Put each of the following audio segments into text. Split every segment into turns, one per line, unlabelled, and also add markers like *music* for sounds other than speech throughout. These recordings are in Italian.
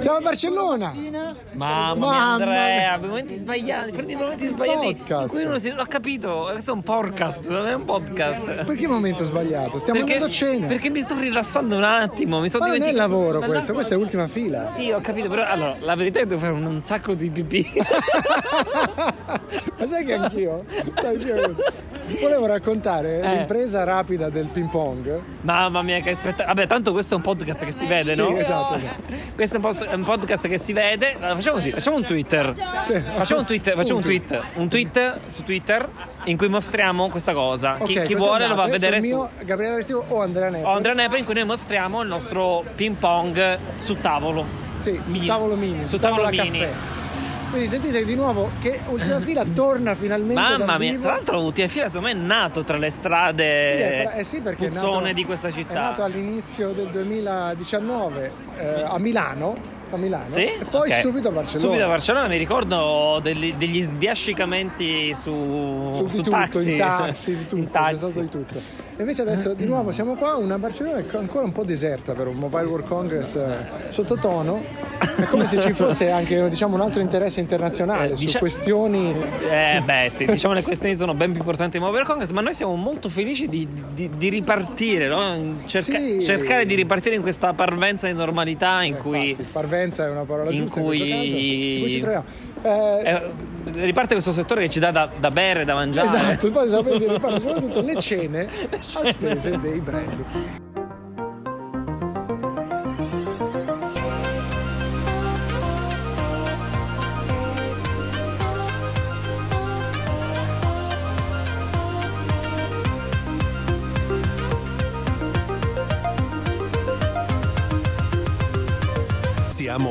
Siamo a Barcellona.
Mamma,
Mamma
mia Andrea, momenti sbagliati, prendi i momenti sbagliati in
Podcast.
cui uno si... L'ho capito, questo è un podcast, non è un podcast.
Perché momento sbagliato? Stiamo andando a cena.
perché mi sto rilassando un attimo, mi sto
Ma non è il
dimenticando-
lavoro
Ma
questo,
no,
questa è l'ultima fila.
Sì, ho capito, però allora, la verità è che devo fare un, un sacco di pipì.
*laughs* Ma sai che anch'io? Sai,
*laughs*
anch'io- Volevo raccontare
Eh.
l'impresa rapida del ping pong.
Mamma mia, che aspetta. Vabbè, tanto questo è un podcast che si vede,
Sì,
no?
esatto, esatto.
Questo è un, post- è un podcast che si vede. Allora, facciamo così, facciamo un Twitter.
Sì.
Facciamo un tweet, facciamo un tweet, un tweet su Twitter in cui mostriamo questa cosa. Chi-
Ok,
chi
questo
vuole lo va a
andate
vedere
sul
su
mio Gabriele Restivo o Andrea Neppe.
o Oh, Andrea Nepa in cui noi mostriamo il nostro ping pong su tavolo.
Sì, sul
Mini.
tavolo mini.
Su tavolo
a
mini.
Caffè. Quindi sentite di nuovo che Ultima Fila torna finalmente
Mamma
dal
mia,
vivo.
tra l'altro Ultima Fila secondo me è nato tra le
Sì,
strade
è fra- eh sì, perché è
puzzone
nato-
di questa città.
È nato all'inizio del 2019 eh, a Milano, a Milano
Sì?
e poi
Ok.
subito a Barcellona.
Subito a Barcellona mi ricordo degli, degli sbiascicamenti su,
Su, di tutto,
taxi. *laughs*
in taxi, di tutto,
In
c'è
taxi.
stato di tutto. E invece adesso di nuovo siamo qua, una Barcellona che è ancora un po' deserta per un Mobile World Congress eh, sottotono, è come se ci fosse anche diciamo, un altro interesse internazionale
Eh,
su
dicia-
questioni
Eh beh sì, diciamo le questioni sono ben più importanti di Mobile Congress, ma noi siamo molto felici di, di- di ripartire, no? Cerca-
Sì.
cercare di ripartire in questa parvenza di normalità in cui
Infatti, parvenza è una parola
in
giusta
cui-
in questo caso. In cui ci troviamo. Eh,
eh, riparte questo settore che ci dà da, da bere, da mangiare.
Esatto, poi sapete, *laughs* riparo soprattutto le cene a spese dei brand.
Siamo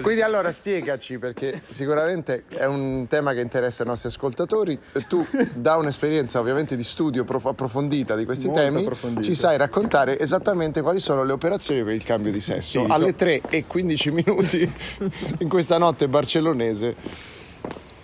Quindi allora spiegaci, perché sicuramente è un tema che interessa i nostri ascoltatori. Tu, da un'esperienza ovviamente di studio prof- approfondita di questi
Molto
temi,
approfondita.
ci sai raccontare esattamente quali sono le operazioni per il cambio di sesso.
Sì,
Alle
so-
3 e 15 minuti in questa notte barcellonese.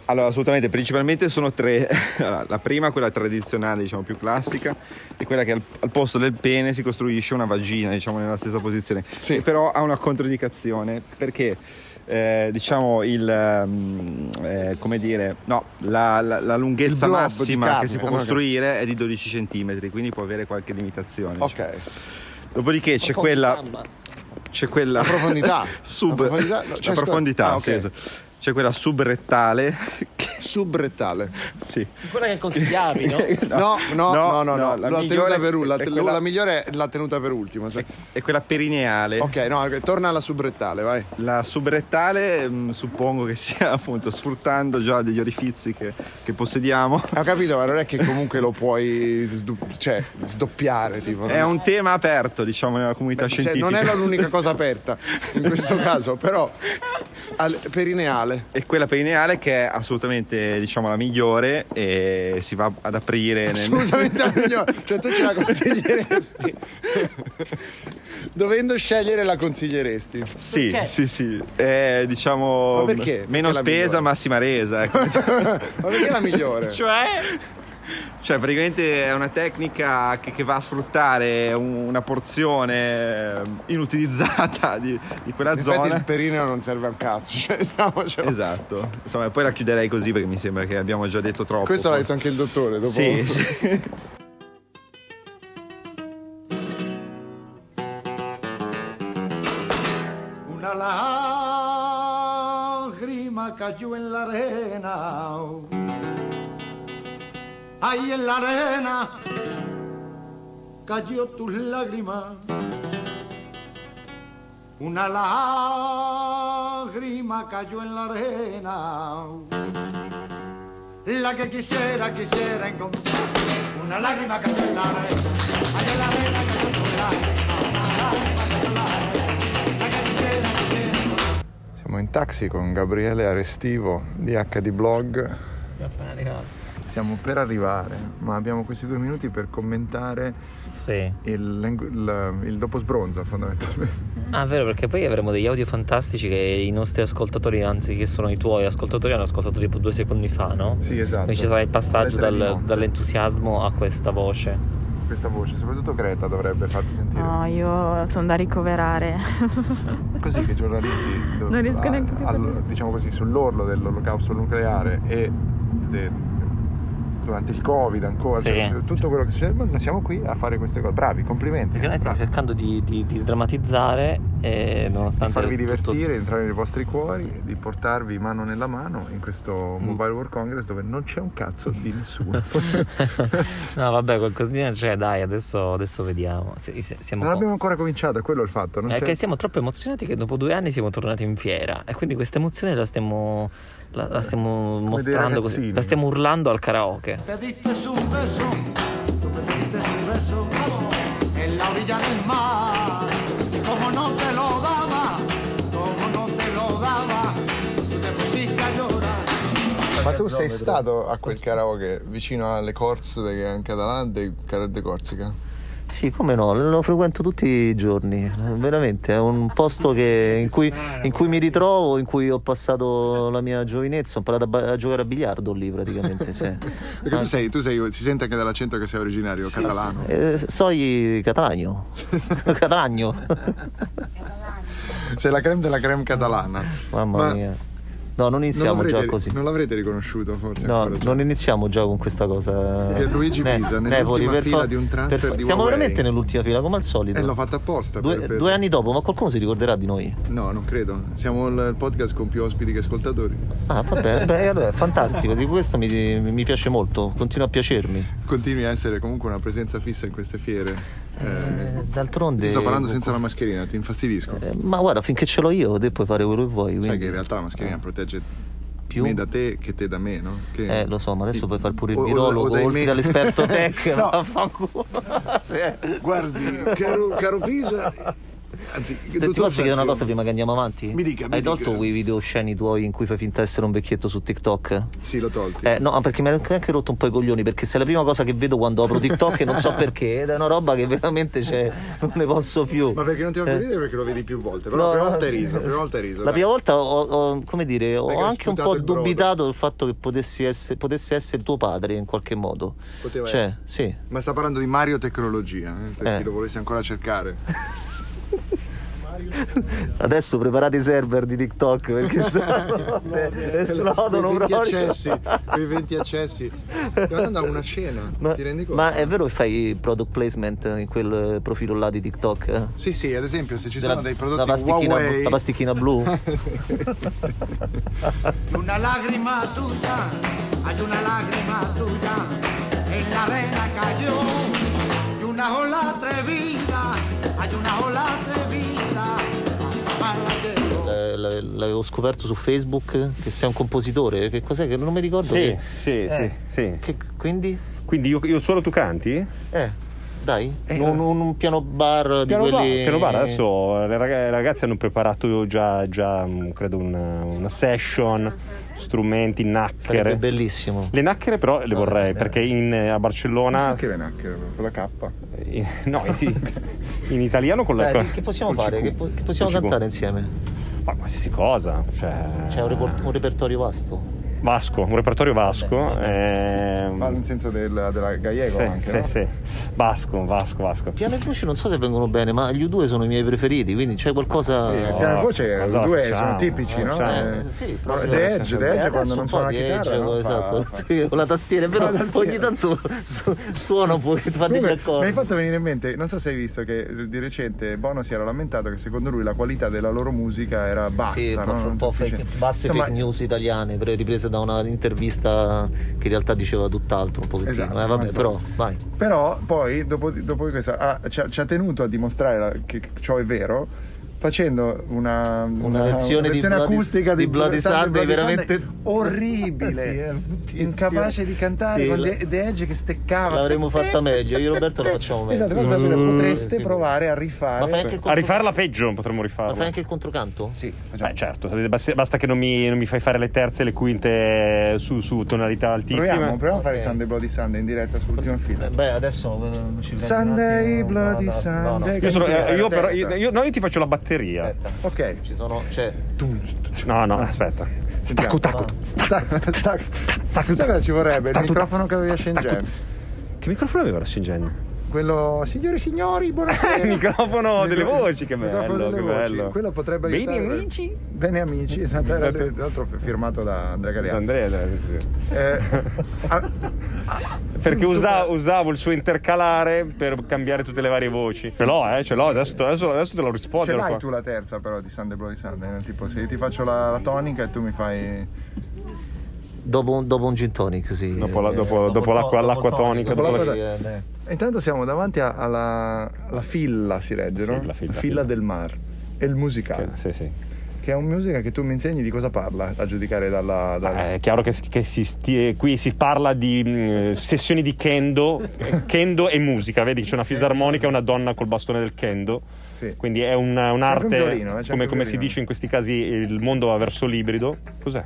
Allora, assolutamente, principalmente sono tre. *laughs* Allora, la prima, quella tradizionale, diciamo più classica, è quella che al, al posto del pene si costruisce una vagina, diciamo nella stessa posizione.
Sì.
Che però ha una controindicazione perché, eh, diciamo, il mm, eh, come dire, no, la, la- la lunghezza
blob di
massima
carne,
che si può
ah, ok.
costruire è di 12 cm, quindi può avere qualche limitazione. diciamo.
Ok,
Dopodiché c'è
Porca
quella,
mamma.
c'è quella
La profondità.
*laughs* sub
La profondità- no,
la
cioè,
profondità,
ah, ok.
sì, esatto. c'è quella subrettale che-
subrettale.
sì.
Quella che consigliavi,
*laughs*
no?
No, no, no, no, no,
la
l'ho
migliore
tenuta per, u- la,
è
te-
quella,
la migliore è la tenuta per ultima. sai.
è quella perineale.
Ok, no, ok, torna alla subrettale, vai.
La subrettale mh, suppongo che sia appunto sfruttando già degli orifizi che, che possediamo.
Ho capito, ma non è che comunque lo puoi sdu- cioè, sdoppiare. Tipo,
È un tema aperto, diciamo, nella comunità
Cioè,
scientifica.
non è la- l'unica cosa aperta in
*laughs*
questo caso, però al- perineale.
E quella perineale che è assolutamente, diciamo, la migliore e si va ad aprire nel,
Assolutamente la migliore. Cioè, tu ce la
*laughs*
consiglieresti. Dovendo scegliere, la consiglieresti.
Sì,
Perché?
sì, sì. È, diciamo
Ma perché?
meno
Perché la
spesa,
migliore?
massima resa.
*laughs*
ecco.
Ma perché è la migliore?
Cioè,
cioè, praticamente è una tecnica che, che va a sfruttare un- una porzione eh, inutilizzata di, di quella
In effetti,
zona.
il perineo non serve a un cazzo. Cioè, diciamocelo.
Esatto. Insomma, poi la chiuderei così perché mi sembra che abbiamo già detto troppo.
Questo l'ha detto
forse.
anche il dottore. Dopo...
Sì, sì.
Una lágrima cayó en la arena. Ahí en la arena cayó tus lágrimas. Una lágrima cayó en la arena. La que quisiera, quisiera encontrar. Una lágrima cayó en la arena. Ahí en la arena cayó tus lágrimas.
Siamo in taxi con Gabriele Arestivo di HD Blog.
Sì, appena arrivato.
Stiamo per arrivare, ma abbiamo questi due minuti per commentare
Sì.
il, lengu- il, il dopo sbronzo fondamentalmente.
Ah, vero, perché poi avremo degli audio fantastici che i nostri ascoltatori, anzi che sono i tuoi ascoltatori, hanno ascoltato tipo due secondi fa, no?
Sì, esatto.
Quindi ci sarà il passaggio
Alle tre
dal-
di notte.
dall'entusiasmo a questa voce.
Questa voce, soprattutto Greta dovrebbe farsi sentire.
No, io sono da ricoverare.
Così che i giornalisti
*laughs* Non riesco neanche più a
al-
Ah.
parlare.
diciamo così, sull'orlo dell'olocausto nucleare *laughs* e del- durante il Covid ancora,
Sì.
cioè, tutto quello che succede, ma noi siamo qui a fare queste cose. Bravi, complimenti.
Perché noi stiamo
bravi.
cercando di, di- di sdrammatizzare e nonostante...
farvi
tutto-
divertire, entrare nei vostri cuori, di portarvi mano nella mano in questo
Mm.
Mobile World Congress dove non c'è un cazzo di
*laughs*
nessuno.
*laughs* No, vabbè, qualcosina c'è, dai, adesso, adesso vediamo. Sì, sì, siamo
non
un po'-
abbiamo ancora cominciato, è quello il fatto. Non
È
c'è-
che siamo troppo emozionati che dopo due anni siamo tornati in fiera e quindi questa emozione la stiamo, la, la stiamo mostrando, così,
ragazzini.
la stiamo urlando al karaoke.
Pediste su beso, tú pediste mi beso en la orilla del mar. Y como no te lo daba, como no te lo daba, tú te pusiste a llorar.
Ma tu sei stato a quel karaoke vicino alle Corse, che è in catalano, dei Carrette Corsica?
Sì, come no, lo frequento tutti i giorni, veramente, è un posto che- in, cui, in cui mi ritrovo, in cui ho passato la mia giovinezza, ho imparato a, ba- a giocare a biliardo lì praticamente. cioè.
Perché tu sei, tu sei, si sente anche dall'accento che sei originario catalano.
Eh, soi *laughs* catalagno, catalagno,
Sei la creme della creme catalana.
mamma
Ma
mia. No, non
Non
iniziamo
l'avrete,
già così.
non l'avrete riconosciuto forse
No,
ancora.
non iniziamo già con questa cosa.
Pierluigi
Ne-
Pisa,
Nepoli,
nell'ultima
per
fila
fa-
di un transfer
per fa-
di
Siamo
Huawei.
veramente nell'ultima fila, come al solito.
Eh, l'ho fatta apposta.
Due,
per- per-
due anni dopo, ma qualcuno si ricorderà di noi?
No, non credo. Siamo il il podcast con più ospiti che ascoltatori.
Ah, vabbè, *laughs* beh, allora, fantastico, di questo mi, mi piace molto, continua a piacermi.
Continui a essere comunque una presenza fissa in queste fiere. Eh,
Eh,
ti
d'altronde...
sto parlando senza la mascherina, ti infastidisco.
Eh, Ma guarda, finché ce l'ho io, te puoi fare quello che vuoi.
Sai
quindi- eh,
che in realtà la mascherina protegge
Più?
me da te che te da me, no? Che-
Eh, lo so, ma adesso puoi fare pure il
O- o- o
virologo,
dai
oltre
me-
all'esperto
*laughs*
tech,
No.
vaffanculo.
*laughs*
Cioè,
Guardi, caro, caro Pisa. Anzi,
Ti
dottor
posso chiedere
Fazio,
una cosa prima che andiamo avanti?
Mi dica, mi
Hai tolto
dica.
quei video sceni tuoi in cui fai finta di essere un vecchietto su TikTok?
Sì, l'ho tolti.
Eh, no, perché mi ero anche rotto un po' i coglioni, perché se è la prima cosa che vedo quando apro TikTok e non
*laughs*
so perché, ed è una roba che veramente c'è, non ne posso più.
Ma perché non ti fa
Eh.
ridere? Perché lo vedi più volte. Però la prima volta hai riso, la prima volta hai riso.
La
dai.
prima volta ho, ho- come dire, ho
Perché hai
anche un
sputato
po'
il brodo.
dubitato del fatto che potessi essere, potesse essere tuo padre in qualche modo.
Poteva
cioè,
essere.
sì.
Ma sta parlando di Mario Tecnologia, eh, per
Eh.
chi lo volesse
*laughs*
ancora cercare.
Adesso preparate i server di TikTok
*laughs*
perché stanno, se esplodono
Quei 20
proprio.
accessi, quei 20 accessi. Stiamo andando a una cena,
Ma,
ti rendi conto?
ma è vero che fai product placement in quel eh, profilo là di TikTok? eh?
Sì, sì, ad esempio se ci
Della-
sono dei
la
prodotti
plastichina,
Huawei...
la plastichina
*laughs*
blu?
Y una lágrima tuya, hay una lágrima tuya, en la arena cayó. Y una ola atrevida, hay una ola atrevida, a la llegó.
Eh, l- L'avevo scoperto su Facebook che sei un compositore. Che cos'è? Che non mi ricordo.
Sì,
che-
sì, sì, sì.
che- quindi?
Quindi io, io solo tu canti? Eh,
Eh, dai, un, un- un piano bar di
Piano,
quelli...
bar, piano bar, adesso le rag- le ragazze hanno preparato già, già, mh, credo, una, una session, strumenti,
Sarebbe
nacchere.
bellissimo.
Le nacchere però le vorrei, perché in, a Barcellona...
Che le nacchere, con la K.
in- no, eh *laughs* sì, in italiano con la...
Dai,
con-
che possiamo
col
fare?
CQ,
Che, po- che possiamo
col CQ.
cantare insieme?
Ma qualsiasi cosa, cioè...
C'è un, report- un repertorio vasto.
Vasco, un repertorio vasco. ehm,
Ma nel senso del- della Gallego
sì,
anche,
sì,
no? Eh,
sì. Vasco, vasco, vasco.
Piano e voce non so se vengono bene, ma gli U2 sono i miei preferiti, quindi c'è qualcosa...
Sì, il
No,
piano voce
cosa
due
facciamo?
sono tipici, no?
Facciamo.
Eh, sì,
però
proprio-
The Edge, The
Eh,
Edge
adesso
quando
un
non
po'
suona la
di
chitarra,
Edge,
no? Fa-
esatto,
fa-
sì, o la
*laughs*
tastiera, però
tastiera.
ogni tanto su- suona un po' che ti fa degli
Comunque, mi hai
accordi.
fatto venire in mente, non so se hai visto che di recente Bono si era lamentato che secondo lui la qualità della loro musica era bassa,
Sì,
no?
ma
Non
un po' fake,
sufficiente.
basse
Insomma,
fake news italiane, pre- riprese da una intervista che in realtà diceva tutt'altro un pochettino.
Esatto,
eh, vabbè,
insomma.
però, vai.
Però poi, dopo, dopo questa, ha- ci, ha, ci ha tenuto a dimostrare la- che ciò è vero facendo una,
Una lezione di Bloody-
acustica
di Bloody
Sunday,
Sunday,
Bloody Sunday,
veramente-
orribile,
*laughs* Sì, è bruttissimo.
incapace di cantare
Sì,
con
la-
The- The Edge che steccava. Eh,
L'avremmo fatta meglio, io e Roberto la facciamo meglio.
Esatto, cosa sapere, potreste
Sì.
provare a rifare.
Ma fai anche il
A
contro-
rifarla peggio potremmo rifarla.
ma fai anche il controcanto?
Sì, facciamo.
Beh, certo, basta basta che non mi, non mi fai fare le terze e le quinte su, su tonalità altissime.
Proviamo, proviamo a fare
Ok.
Sunday Bloody Sunday in diretta sull'ultima fila.
Eh, Beh, adesso eh, ci sento un
Sunday,
attimo,
Bloody
no, no,
Sunday.
no,
Io, sono-
Quindi
eh, io
la
però,
terza.
io, io- no, io ti faccio la batteria.
Aspetta,
Ok.
ci sono, c'è
No, no, aspetta. Stacco, tacco.
Stac, stac, stac. Sai cosa ci vorrebbe? Il microfono che aveva Shenzhen.
Che microfono aveva la Shingen?
Quello, signori e signori, buonasera.
Il microfono delle voci, che
Il microfono
bello,
delle
che
voci.
bello.
Quello potrebbe aiutare.
Bene, amici.
Bene amici, esatto, era tra l'altro firmato da Andrea Galeazzi.
Andrea, dai, sì. *laughs*
Eh, ah, mm,
Perché usa- usavo il suo intercalare per cambiare tutte le varie voci. Ce l'ho, eh, ce l'ho. Adesso, adesso- adesso te lo
ce
rispondo.
l'hai tu la terza però di Sunday Bloody Sunday, no? tipo se io ti faccio la, la tonica e tu mi fai...
dopo un, dopo un gin tonic, sì.
Dopo la-
Eh,
dopo- dopo l'acqua-
dopo il
l'acqua tonica,
dopo
dopo
la-
la-
eh, beh.
E Intanto siamo davanti a- alla, alla filla, si legge, no?
Filla, filla, filla.
filla del mar. E il musicale,
Sì, sì.
che è un musica che tu mi insegni di cosa parla, a giudicare dalla... dalla-
Eh, È chiaro che, che si stie- qui si parla di mh, sessioni di kendo, kendo e musica, vedi c'è una fisarmonica e una donna col bastone del kendo.
Sì.
Quindi è un-
anche
un'arte,
un violino, eh, c'è anche
come,
un
come si
violino.
dice in questi casi, il mondo va verso l'ibrido. Cos'è?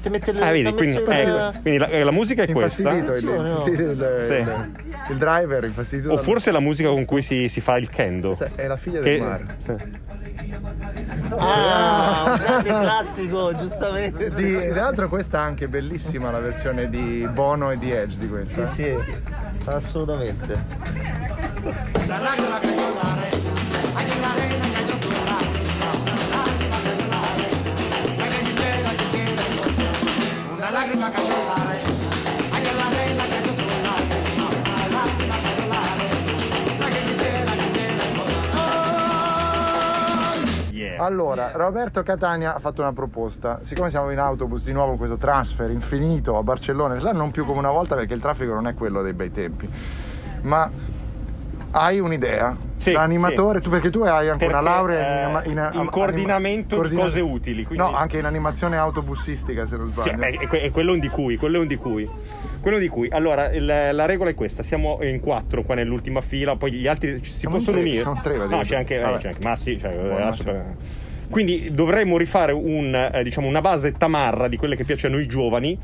Ti mette le
Ah, vedi,
t'ha
quindi,
messo il-
ecco, quindi la, la musica è questa.
Infastidito, il,
Attenzione, no?
infastidito il-
Sì.
il- il driver, infastidito.
O
dal-
forse la musica con cui si, si fa il kendo.
Questa è la figlia
Che-
del mare.
sì.
Ah, un grande classico, giustamente.
Di, tra l'altro questa è anche bellissima la versione di Bono e di Edge di questa.
Sì, sì, assolutamente.
Yeah.
Allora, Roberto Catania ha fatto una proposta. Siccome siamo in autobus di nuovo con questo transfer infinito a Barcellona, in realtà non più come una volta perché il traffico non è quello dei bei tempi. Ma hai un'idea
Sì,
da animatore? Tu, perché tu hai anche una
Perché,
laurea
eh,
in, anima-
in coordinamento di cose utili, quindi-
No, anche in animazione autobusistica se non
Sì, eh,
sbaglio.
beh, è, que- è quello un di cui, quello è un di cui. Quello di cui. Allora, il- la regola è questa: siamo in quattro qua nell'ultima fila, poi gli altri ci- si
Siamo in
possono
tre,
unire.
siamo tre, va
no,
detto.
c'è anche, eh,
Vabbè.
c'è anche Massi. cioè,
Buon
adesso-
Massi.
Quindi dovremmo rifare un, eh, diciamo, una base tamarra di quelle che piace a noi giovani,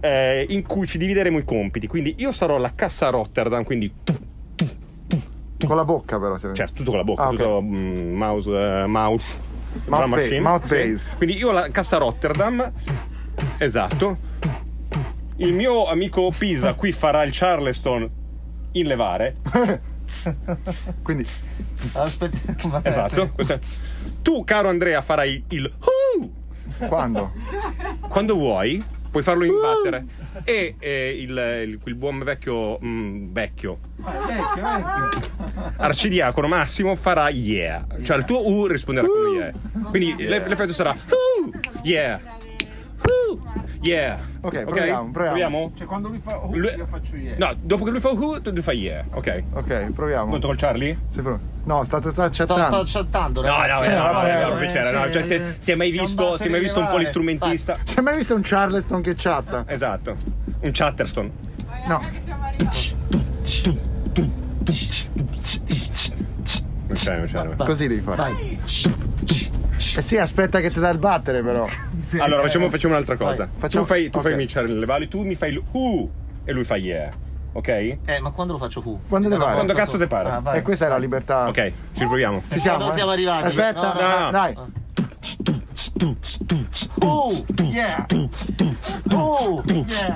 eh, in cui ci divideremo i compiti. Quindi io sarò la cassa Rotterdam, quindi tu,
Con la bocca però. se-
Certo, tutto con la bocca,
Ah, ok.
tutto mm, mouse, eh, mouse,
Mouth
drum
ba-
machine.
mouth
Sì.
based.
Quindi io la cassa Rotterdam, esatto. Il mio amico Pisa qui farà il Charleston in levare,
Quindi
Aspetta, vabbè.
esatto. questo è. Tu, caro Andrea, farai il "Hoo!"
quando?
quando vuoi, puoi farlo imbattere. E eh, il, il- quel buon vecchio, mm, vecchio, arcidiacono Massimo farà yeah. Cioè il tuo U risponderà
Uh!
con yeah. Quindi l'eff- l'effetto sarà "Uh, yeah. Uh, yeah.
Ok, proviamo, proviamo.
Cioè quando lui fa io faccio yeah. No, dopo che lui fa who, tu tu fai yeah. Ok.
Ok, proviamo.
Pronto col Charlie?
Sei pronto? No, sta, sta
Sto,
chattando.
sto chattando,
No, no,
ragazzi.
no, no, no, no,
eh,
per piacere, no,
sì,
cioè,
eh,
se, si è mai
c'è un
visto, si è mai visto un po'
battere
l'istrumentista.
C'è mai visto un Charleston che chatta?
Esatto. Un Chatterton.
No.
Non c'è, non c'è.
Così devi fare. Eh sì, aspetta che ti dà il battere però.
Allora, facciamo, facciamo un'altra cosa.
Facciamo-
Tu fai, tu fai
ok.
miciare le vali, tu mi fai il uh e lui fa yeah. Ok?
Eh, ma quando lo faccio fu?
Quando Ecco, te pare.
Quando cazzo te pare?
Ah, vai.
E questa è la libertà.
Ok, ci
*laughs*
riproviamo.
Ci siamo.
Quando siamo
eh?
arrivati.
Aspetta,
No,
no,
dai,
no.
dai.
Oh, yeah. Oh, yeah.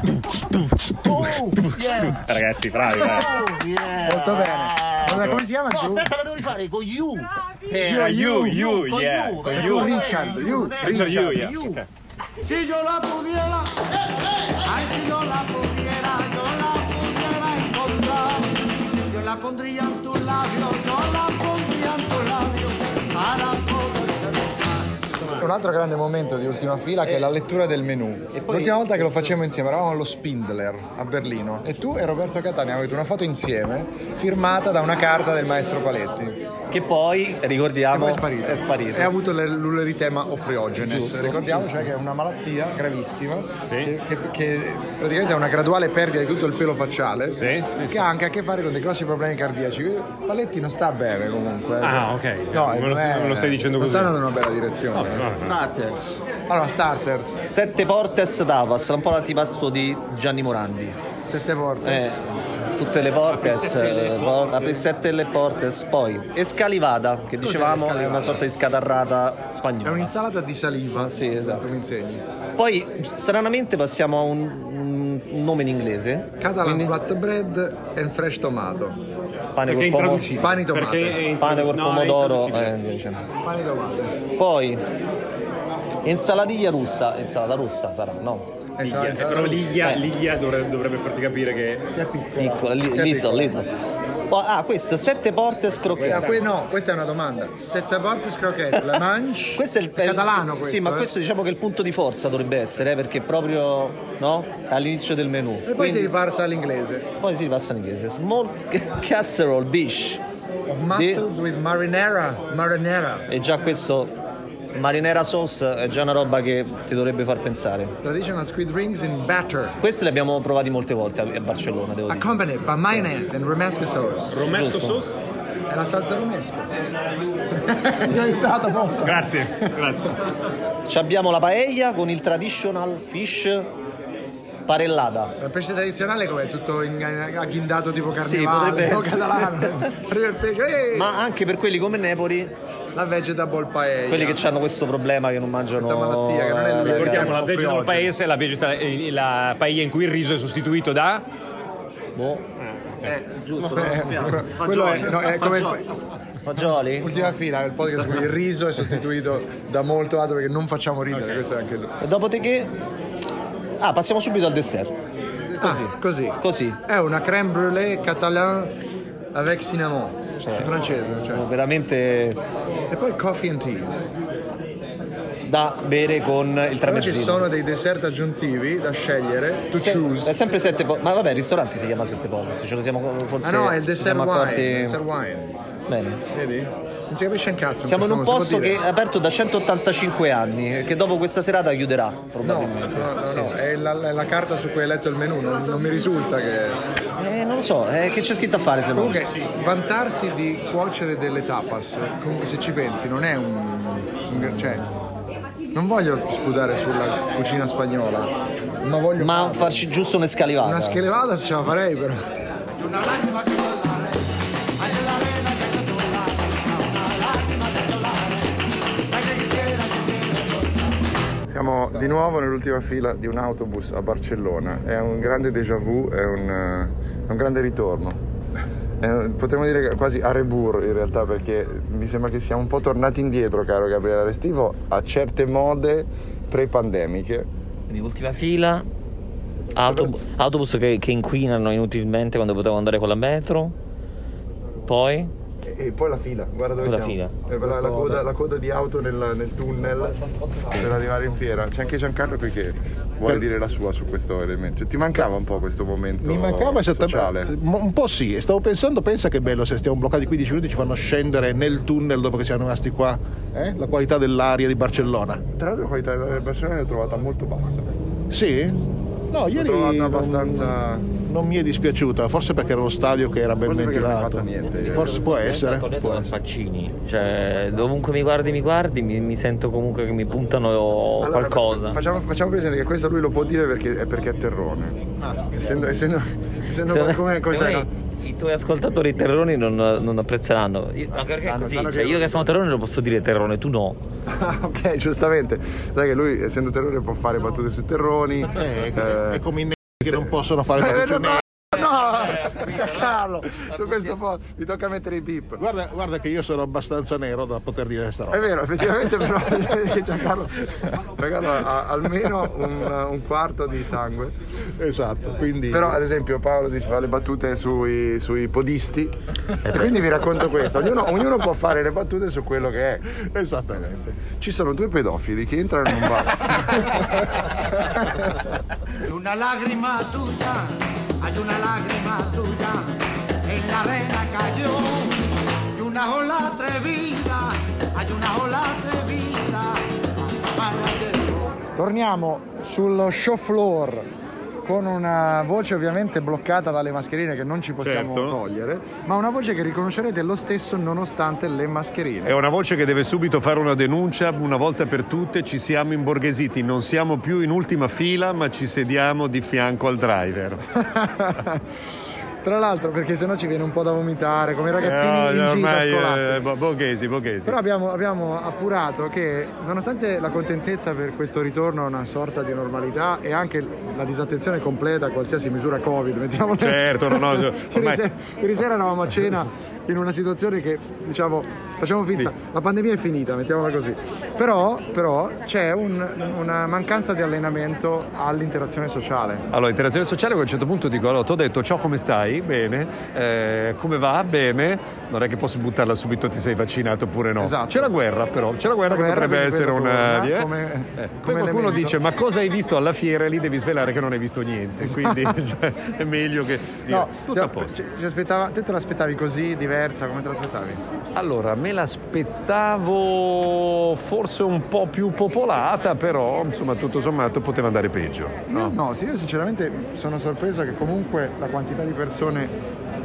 Oh, yeah.
Ragazzi, bravi, bravi.
Oh, yeah.
Molto bene. Allora, come si chiama?
No,
Giù?
aspetta, la devo rifare con you. Eh,
You, you, you,
con
yeah.
you,
Con
eh,
you.
con
Richard, you.
Richard, you, yeah.
You.
Ok.
Si yo la pudiera, ay, si yo la pudiera, yo la pudiera encontrar. Yo la pondría en tus labios, yo la pondría en tus labios para poder besar.
un altro grande momento di ultima fila che è la lettura del menù. L'ultima volta che lo facevamo insieme eravamo allo Spindler a Berlino e tu e Roberto Catania avete una foto insieme firmata da una carta del maestro Paletti.
Che poi, ricordiamo,
E poi è sparito.
è sparito.
E ha avuto le- l'uleritema ofriogenes.
Giusto,
Ricordiamo
giusto.
cioè che è una malattia gravissima che, che- che praticamente è una graduale perdita di tutto il pelo facciale che ha anche a che fare con dei grossi problemi cardiaci. Paletti non sta bene comunque.
Ah, ok.
No,
Me lo-
non è-
me lo stai dicendo
non
così. Ah,
sta andando in una bella direzione.
Starters.
Allora, starters.
Sette Portes Davas, un po' l'antipasto di Gianni Morandi.
Sette
Eh,
portes.
tutte le portes, eh, por- apri sette le portes, poi Escalivada, che dicevamo è
Escalivada?
una sorta di scatarrata
È
spagnola.
un'insalata di saliva. Sì, esatto. Tu mi insegni.
Poi stranamente passiamo a un, un- un nome in inglese.
Catalan flatbread and fresh tomato.
Pane col pomo-
Pani tomate.
Pane col pomodoro. eh, diciamo.
Pani tomate.
Poi insaladiglia russa, insalata russa sarà, no?
Insalata-
però Liglia, Liglia dovrebbe, dovrebbe farti capire che.
Che è piccola.
Piccola, li-
Che è
little,
piccola.
little. Poi- ah, questo, sette portes
Ah,
crocchette.
que- no, questa è una domanda. Sette portes croquette, la
*laughs*
mangi?
Questo è il è il-
catalano questo.
Sì, ma
eh.
questo diciamo che è il punto di forza dovrebbe essere, eh, perché proprio no? È all'inizio del menù.
eh. E poi si riparsa all'inglese.
poi si ripassa in inglese. Small ca- casserole dish.
Of mussels with marinara. Marinara.
E già questo marinara sauce è già una roba che ti dovrebbe far pensare.
Traditional squid rings in batter.
Questi li abbiamo provati molte volte a a Barcellona, devo dire.
Accompanied by mayonnaise and romesco sauce.
Romesco
Giusto.
sauce?
È la salsa romesco. *laughs* Ti ho aiutato molto.
Grazie, grazie.
Ci abbiamo la paella con il traditional fish parellata.
Il pesce tradizionale com'è? Tutto in- agghindato tipo
Sì,
carnevale,
potrebbe
tipo
essere.
catalano. Arriva il pesce, eh!
Ma anche per quelli come Nepoli,
la vegetable paella.
quelli che hanno questo problema che non mangiano
Questa malattia che non è
la-
Ricordiamo la
lui. Ricordiamo
vegetable
Friogeno.
paese, la, vegeta- eh, la paella in cui il riso è sostituito da.
Boh. Eh, giusto,
Eh, quello è, no, è come il-
Fagioli?
ultima fila, il podcast in cui il riso è sostituito da molto altro perché non facciamo ridere, questo è anche lui.
E dopodiché... Ah, passiamo subito al dessert. Così.
Ah, così.
Così.
È una crème brûlée catalan avec cinnamon, cioè, francese, cioè.
Veramente
E poi coffee and teas.
da bere con il
Però ci
tramezzino.
sono dei dessert aggiuntivi da scegliere, to
Se- è
choose.
sempre sette porte. Ma vabbè, il ristorante si chiama sette porte, se ce lo siamo
Ah
forse.
no, è il
ci
dessert
siamo
wine,
accorti-
dessert wine.
Bene.
Vedi? Non si capisce un cazzo.
Siamo in un
questo mondo, si
posto
può
che
dire?
è aperto da 185 anni, che dopo questa serata chiuderà,
No,
probabilmente.
no, no, no, è la, è la carta su cui hai letto il menù, non, non mi risulta che...
Eh, non lo so, eh, che c'è scritto a fare se no?
Comunque, vantarsi di cuocere delle tapas, comunque, se ci pensi, non è un... un- cioè, non voglio sputare sulla cucina spagnola, ma voglio...
Ma farci giusto un'escalivata.
Una schelevata se ce la farei però. Siamo di nuovo nell'ultima fila di un autobus a Barcellona. È un grande déjà vu, è un, eh, un grande ritorno. È- potremmo dire che quasi a rebur in realtà perché mi sembra che siamo un po' tornati indietro, caro Gabriele Restivo, a certe mode pre-pandemiche.
Quindi ultima fila, autobu- autobus che, che inquinano inutilmente quando potevo andare con la metro. Poi,
E, e poi la fila, guarda dove
Poi la
siamo.
fila.
Eh, La, la coda, la coda di auto nel, nel tunnel per arrivare in fiera. C'è anche Giancarlo qui che vuole dire la sua su questo elemento. Cioè, ti mancava un po' questo momento
Mi mancava
sociale.
esattamente. Eh, mo- Un po' sì, e stavo pensando, pensa che bello se stiamo bloccati 15 minuti ci fanno scendere nel tunnel dopo che siamo rimasti qua. eh? La qualità dell'aria di Barcellona.
Tra l'altro la qualità della persona l'ho trovata molto bassa.
Sì? No, ieri
trovata
non,
abbastanza-
non mi è dispiaciuta, forse perché era uno stadio che era ben
Forse perché non hai
ventilato.
fatto niente ieri.
Forse può essere.
ho detto
può
da
essere.
Spaccini, cioè dovunque mi guardi, mi guardi, mi, mi sento comunque che mi puntano
Allora,
qualcosa.
Facciamo, facciamo presente che questo lui lo può dire perché è, perché è terrone.
Ah.
Essendo, essendo, essendo
Secondo-
come,
secondo
cos'è,
me
no?
I tuoi ascoltatori terroni non, non apprezzeranno. Io, anche perché è
Sanno-
così,
sanno
cioè,
che-
io che sono terrone lo posso dire terrone, tu no.
Ah, *laughs* ok, giustamente. Sai che lui, essendo terrone, può fare battute sui terroni.
Eh,
eh,
è come i neri che non possono fare
*laughs*
la
Eh, no,
cucina.
*laughs*
eh,
No, Carlo, su questo po' mi tocca mettere i bip.
Guarda, guarda che io sono abbastanza nero da poter dire questa roba.
È vero, effettivamente però *laughs* direi che Giancarlo, Giancarlo ha almeno un, un quarto di sangue.
Esatto, quindi...
Però ad esempio Paolo ti fa le battute sui, sui podisti e quindi vi racconto questo, ognuno, ognuno può fare le battute su quello che è.
Esattamente.
Ci sono due pedofili che entrano in un bar.
Una lágrima tuya, hay una lágrima tuya, en la arena cayó. Y una ola atrevida, hay una ola atrevida.
Torniamo sullo show floor con una voce ovviamente bloccata dalle mascherine che non ci possiamo
Certo.
togliere, ma una voce che riconoscerete lo stesso nonostante le mascherine.
È una voce che deve subito fare una denuncia, una volta per tutte ci siamo imborghesiti, non siamo più in ultima fila ma ci sediamo di fianco al driver. Eh.
*laughs* Tra l'altro perché sennò ci viene un po' da vomitare, come i ragazzini
Eh,
in gita
ormai,
scolastica.
eh, bo- borghesi, borghesi.
Però abbiamo, abbiamo appurato che nonostante la contentezza per questo ritorno a una sorta di normalità e anche la disattenzione completa a qualsiasi misura Covid, mettiamo
Certo, no, no,
*laughs* ieri,
ormai-
sera, ieri sera eravamo a cena in una situazione che diciamo facciamo finta la pandemia è finita, mettiamola così. Però, però c'è un- una mancanza di allenamento all'interazione sociale.
Allora, interazione sociale, a un certo punto dico, allora, ti ho detto, ciao, come stai? Bene. Eh, come va? Bene. Non è che posso buttarla subito, ti sei vaccinato oppure no.
Esatto.
C'è la guerra, però. C'è la guerra
La
che
guerra,
potrebbe
quindi
essere
quello
una...
torna
eh.
come-
Eh,
come
Poi qualcuno
elemento.
dice, ma cosa hai visto alla fiera? E Lì devi svelare che non hai visto niente. Quindi *laughs* cioè, è meglio che... Dire,
Esatto. No,
tutto
ti-
a posto.
ci- ci aspettava- te te l'aspettavi così, diversa, come te l'aspettavi?
Allora, me l'aspettavo forse un po' più popolata, però, insomma, tutto sommato poteva andare peggio.
No, no, sì, io sinceramente sono sorpreso che comunque la quantità di persone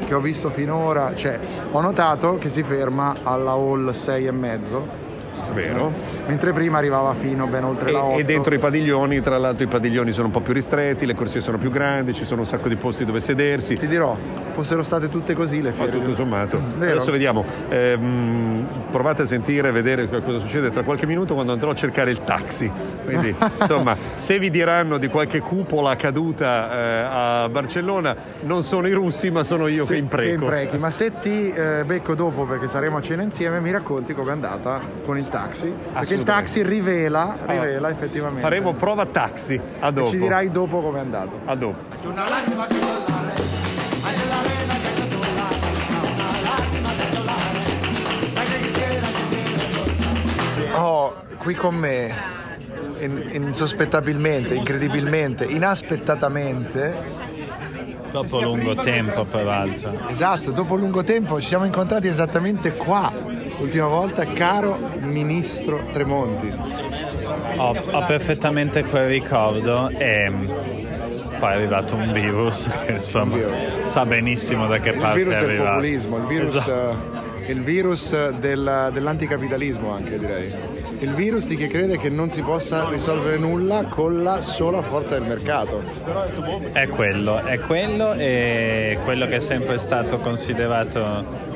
che ho visto finora, cioè, ho notato che si ferma alla hall 6 e mezzo.
Vero.
Mentre prima arrivava fino ben oltre
E,
la 8.
e dentro i padiglioni, tra l'altro i padiglioni sono un po' più ristretti, le corsie sono più grandi, ci sono un sacco di posti dove sedersi. Ti
dirò, fossero state tutte così le
Ma
fiere.
tutto sommato.
Vero.
Adesso vediamo. Ehm, provate a sentire e vedere cosa succede tra qualche minuto quando andrò a cercare il taxi.
*laughs*
Quindi, insomma, se vi diranno di qualche cupola caduta eh, a Barcellona, non sono i russi, ma sono io
Sì,
che impreco.
che imprechi. Ma se ti eh, becco dopo perché saremo a cena insieme, mi racconti com'è andata con il taxi. Perché il
Assolutamente. Ah.
taxi rivela, rivela effettivamente.
Faremo prova taxi. A
e
dopo.
ci dirai dopo com'è andato.
A dopo.
Ho Oh, qui con me, in- insospettabilmente, incredibilmente, inaspettatamente.
Dopo lungo tempo, peraltro.
Esatto, dopo lungo tempo ci siamo incontrati esattamente qua, l'ultima volta, caro ministro Tremonti.
Ho, ho perfettamente quel ricordo e mm, poi è arrivato un virus *laughs* che insomma sa benissimo da che
Il
parte
virus
è
del
arrivato.
populismo, il virus,
Esatto.
eh, il virus, eh, del- dell'anticapitalismo anche direi. Il virus di chi crede che non si possa risolvere nulla con la sola forza del mercato.
È quello, è quello e quello che è sempre stato considerato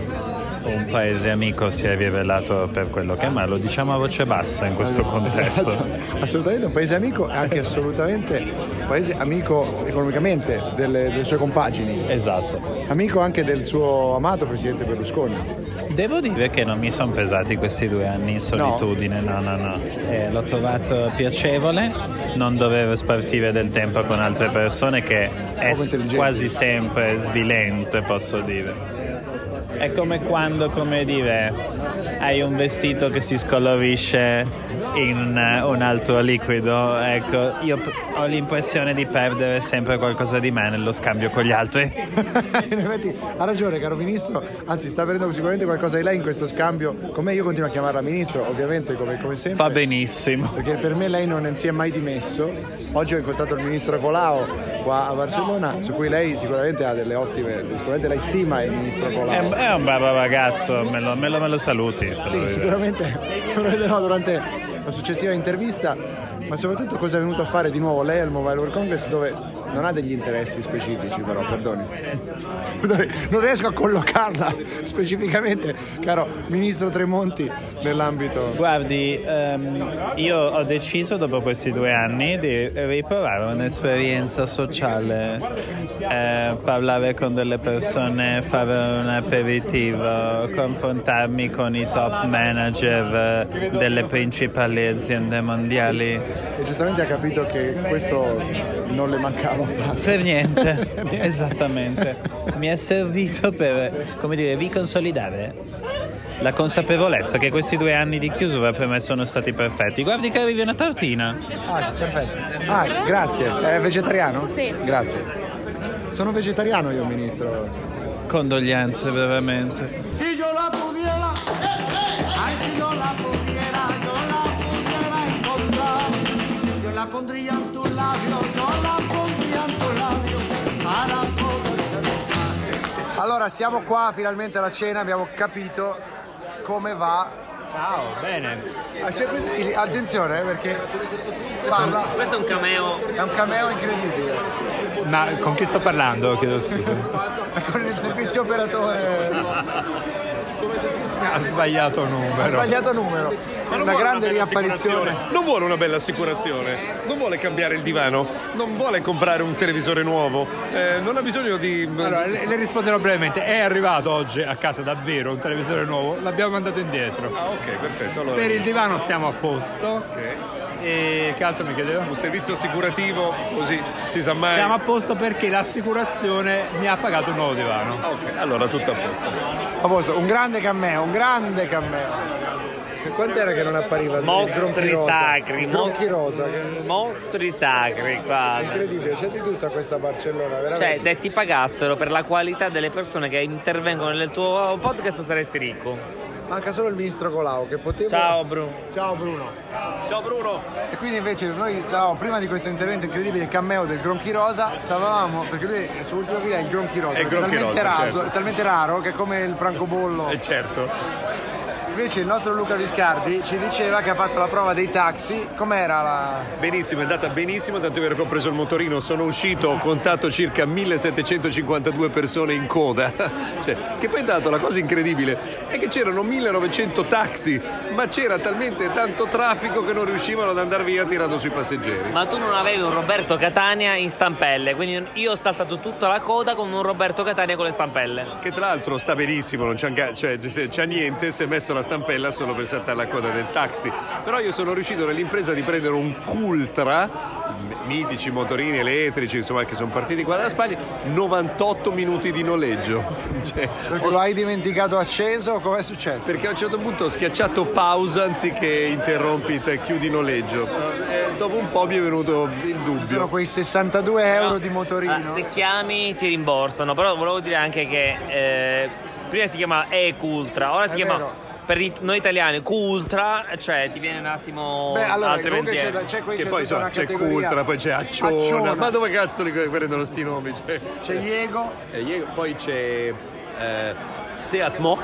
un paese amico si è rivelato per quello che è, ma lo diciamo a voce bassa in questo
*laughs*
contesto.
Esatto. Assolutamente un paese amico e anche assolutamente un paese amico economicamente delle, delle sue compagini.
Esatto.
Amico anche del suo amato presidente Berlusconi. *laughs*
Devo dire che non mi sono pesati questi due anni in solitudine, no, no, no. Eh, l'ho trovato piacevole, non dovevo spartire del tempo con altre persone che è
Poco intelligenti.
quasi sempre svilente, posso dire. È come quando, come dire, hai un vestito che si scolorisce in eh, un altro liquido, ecco, io p- ho l'impressione di perdere sempre qualcosa di me nello scambio con gli altri.
In effetti ha ragione caro ministro, anzi sta perdendo sicuramente qualcosa di lei in questo scambio. Con me io continuo a chiamarla ministro, ovviamente come, come sempre.
Fa benissimo.
Perché per me lei non si è mai dimesso. Oggi ho incontrato il ministro Colau qua a Barcellona, su cui lei sicuramente ha delle ottime, sicuramente lei stima il ministro
È,
Eh,
Colau.
è un bravo eh, ragazzo, me lo, me lo- me lo saluti. se lo
Sì,
vede.
sicuramente *laughs* lo vedrò durante la successiva intervista, ma soprattutto cosa è venuto a fare di nuovo lei al Mobile World Congress dove
Non ha degli interessi specifici però,
*laughs*
perdoni.
Scusate, Non riesco a collocarla *laughs* specificamente, caro ministro Tremonti, nell'ambito.
Guardi, ehm, io ho deciso dopo questi due anni di riprovare un'esperienza sociale, Eh, parlare con delle persone, fare un aperitivo, confrontarmi con i top manager eh, delle principali aziende mondiali.
E giustamente ha capito che questo non le mancava affatto.
*laughs* Per niente, esattamente. Mi è servito per, come dire, riconsolidare la consapevolezza che questi due anni di chiusura per me sono stati perfetti. Guardi che arrivi una tortina.
Ah, perfetto. Ah, grazie. È vegetariano?
Sì.
Grazie. Sono vegetariano io, ministro.
Condoglianze, veramente.
Si yo la pudiera, ay, si yo la pudiera, yo la pudiera encontrar. Yo la pondría en tus labios, yo la pondría en tus labios para poderte besar.
Allora, siamo qua finalmente alla cena, abbiamo capito come va.
Ciao, bene.
Ah, c'è questo- il- Attenzione eh, perché parla.
Questo è un cameo.
È un cameo incredibile.
Ma con chi sto parlando? Chiedo scusa.
*laughs* Con il servizio operatore.
Ha sbagliato numero.
Ha sbagliato numero.
Ma non
Una
vuole
grande
bella
riapparizione.
assicurazione? Non vuole una bella assicurazione, non vuole cambiare il divano, non vuole comprare un televisore nuovo, eh, non ha bisogno di.
Allora, le, le risponderò brevemente. È arrivato oggi a casa davvero un televisore nuovo, l'abbiamo mandato indietro.
Ah, ok, perfetto. Allora,
Per il divano siamo a posto. E che altro mi chiedeva?
un servizio assicurativo così si sa mai.
Siamo a posto perché l'assicurazione mi ha pagato un nuovo divano.
Ok, allora tutto a posto.
A posto, un grande cameo, un grande cameo. E Quant'era che non appariva?
Mostri
Gronchi rosa.
sacri, mo-
Gronchi rosa. che-
Mostri sacri qua.
Incredibile, c'è di tutta questa Barcellona,
Cioè,
veramente.
se ti pagassero per la qualità delle persone che intervengono nel tuo podcast saresti ricco.
Manca solo il ministro Colau che poteva.
Ciao, Bruno.
Ciao Bruno.
Ciao Bruno.
E quindi invece noi stavamo prima di questo intervento incredibile cameo del Gronchi Rosa, stavamo perché lui è sull'ultima fila è il Gronchi Rosa,
È il
perché
Gronchi
è talmente
Rosa,
raso,
certo.
è talmente raro che è come il francobollo.
Eh, certo.
Invece il nostro Luca Viscardi ci diceva che ha fatto la prova dei taxi, com'era la
Benissimo, è andata benissimo, tanto è vero che ho preso il motorino, sono uscito, ho contato circa 1752 persone in coda. *laughs* Cioè, che poi dato la cosa incredibile è che c'erano 1900 taxi, ma c'era talmente tanto traffico che non riuscivano ad andare via tirando sui passeggeri.
Ma tu non avevi un Roberto Catania in stampelle, quindi io ho saltato tutta la coda con un Roberto Catania con le stampelle.
Che tra l'altro sta benissimo, non c'è, anche- cioè, se c'è niente, si è messo la stampella solo per saltare la coda del taxi. Però io sono riuscito nell'impresa di prendere un Cultra, m- mitici motorini elettrici, insomma, che sono partiti qua dalla Spagna, 98 minuti di noleggio. *laughs* Cioè,
perché lo hai dimenticato acceso? Com'è successo?
perché a un certo punto ho schiacciato pausa anziché interrompi, te, chiudi noleggio. Eh, dopo un po' mi è venuto il dubbio.
Sono quei 62 euro di
Ah,
motorino.
se chiami ti rimborsano, però volevo dire anche che eh, prima si chiamava E-Cultra, ora si
È
chiama
vero.
per i- noi italiani Cultra, cioè ti viene un attimo
Beh, allora,
altri
comunque c'è
pensieri.
da- c'è que-
Che poi
tutta
so,
una
c'è
categoria.
Cultra, poi c'è Acciona.
Acciona.
Ma dove cazzo li prendono sti nomi? Cioè,
C'è Diego,
Eh, Ie- poi c'è eh, Seat Mo,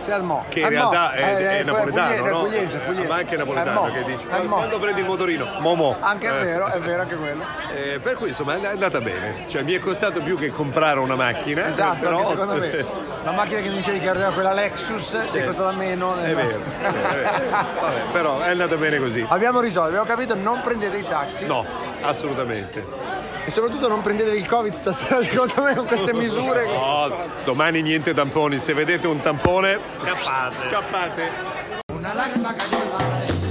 sei al mo.
che in
Al mo.
realtà è,
Eh,
è
eh,
napoletano,
pugliese,
no? Eh,
pugliese, pugliese.
Ma anche napoletano
Al mo.
che dici.
Al mo.
Quando prendi il motorino, Momo.
Anche è
Eh,
vero, è vero anche quello.
eh, per cui insomma è andata bene. Cioè mi è costato più che comprare una macchina.
Esatto,
però...
anche secondo
*laughs*
me. La macchina che mi dicevi che era quella Lexus, che costava meno. eh,
È
no.
vero, sì, è vero. Vabbè, però è andata bene così.
Abbiamo risolto, abbiamo capito, non prendete i taxi.
No, assolutamente.
E soprattutto non prendetevi il Covid stasera, *laughs* secondo me, con queste misure.
No, Oh, domani niente tamponi, se vedete un tampone
Scappate.
Scappate.
Una lágrima cayó en la arena.